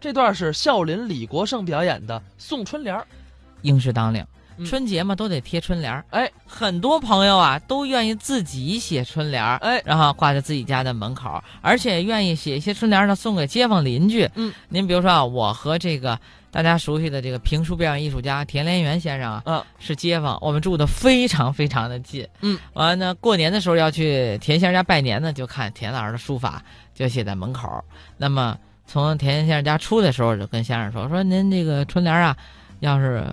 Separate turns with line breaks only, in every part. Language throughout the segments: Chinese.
这段是孝林李国盛表演的《送春联儿》。
应是当领
嗯。
春节嘛，都得贴春联儿。
哎，
很多朋友啊，都愿意自己写春联儿，
哎
然后挂在自己家的门口儿，而且愿意写一些春联儿呢，送给街坊邻居。
嗯，
您比如说啊，我和这个大家熟悉的这个评书表演艺术家田连元先生啊，
啊，
是街坊，我们住的非常非常的近。
嗯，
完了呢，过年的时候要去田先生家拜年呢，就看田老师的书法，就写在门口儿。那么从田先生家出的时候，就跟先生说：“说您这个春联儿啊，要是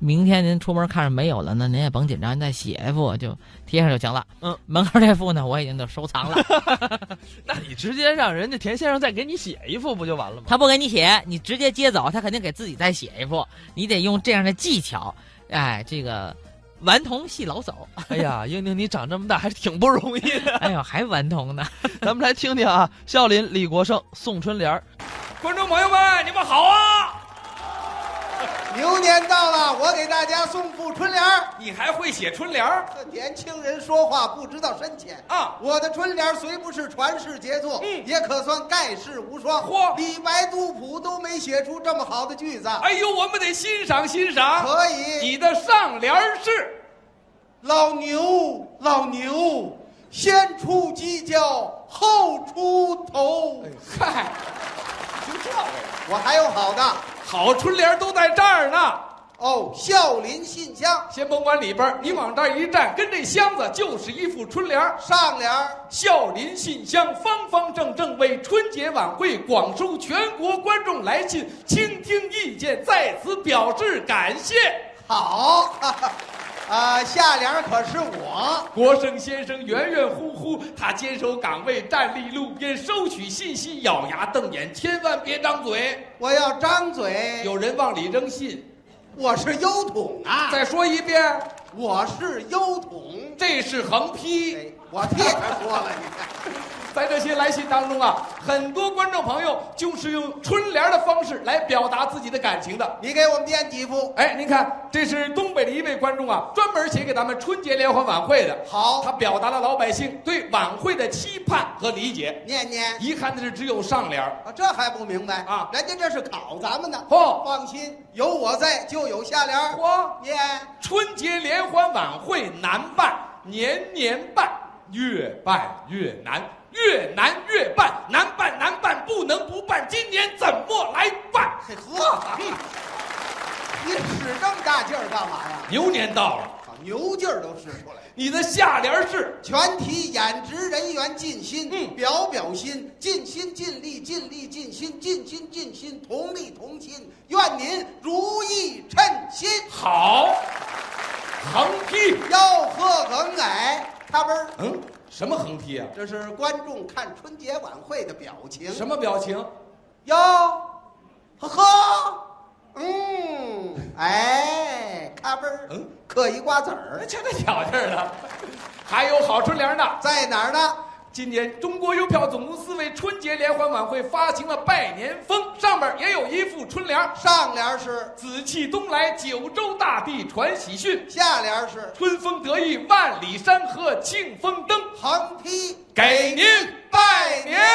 明天您出门看着没有了呢，您也甭紧张，您再写一副就贴上就行了。”
嗯，
门口这副呢，我已经都收藏了。
那你直接让人家田先生再给你写一副不就完了吗？
他不给你写，你直接接走，他肯定给自己再写一副。你得用这样的技巧，哎，这个顽童系老叟，
哎呀，英宁，你长这么大还挺不容易 的。
哎呦，还顽童 呢。
咱们来听听啊，孝林李国盛《送春联儿》。
观众朋友们，你们好啊！
牛年到了，我给大家送副春联儿。
你还会写春联儿？
这年轻人说话不知道深浅
啊
我的春联儿虽不是传世杰作，
嗯
也可算盖世无双。
嚯
李白、杜甫都没写出这么好的句子。
哎呦，我们得欣赏欣赏。
可以，
你的上联儿是
老牛，老牛，先出犄角，后出头。
哎嗨，就这个
我还有好的
好春联儿都在这儿呢。
哦，孝林信箱
先甭管里边儿，你往这儿一站，跟这箱子就是一副春联儿。
上联儿
孝林信箱方方正正为春节晚会广收全国观众来信，倾听意见，在此表示感谢。
好，哈哈啊，下联儿可是我。
国胜先生圆圆乎乎，他坚守岗位，站立路边，收取信息，咬牙瞪眼，千万别张嘴。
我要张嘴，
有人往里扔信，
我是优桶啊，
再说一遍，
我是优桶。
这是横
哎
批。，
我替他说了，你看，
在这些来信当中啊，很多观众朋友就是用春联的方式来表达自己的感情的。
你给我们念几副？
哎，您看，这是东北的一位观众啊，专门写给咱们春节联欢晚会的。
好
他表达了老百姓对晚会的期盼和理解。
念念。
遗憾的是，只有上联儿。
啊，这还不明白
啊
人家这是考咱们的。
嚯
放心，有我在就有下联儿。
嚯
念
春节联欢晚会难办，年年办，越办越难，越难越办，难办难办，不能不办，今年怎么来办？
嘿呵，嗯你使这么大劲儿干嘛呀？
牛年到了，
啊牛劲儿都使出来了。
你的下联是
全体演职人员尽心，
嗯
表表心，尽心尽力，尽力尽心，尽心尽心，同力同心，愿您如意称心。
好，横批，
吆喝梗哎，他不是，
嗯，什么横批啊？
这是观众看春节晚会的表情。
什么表情？
吆，呵呵，嗯，哎，咔嘣儿，
嗯，
嗑一瓜子儿
人，家那挑劲儿了，还有好春联呢。
在哪儿呢？
今年中国邮票总公司为春节联欢晚会发行了拜年风，上面也有一副春联儿。
上联是，
紫气东来，九州大地传喜讯，
下联是，
春风得意，万里山河庆风灯，
横批，
给您拜年。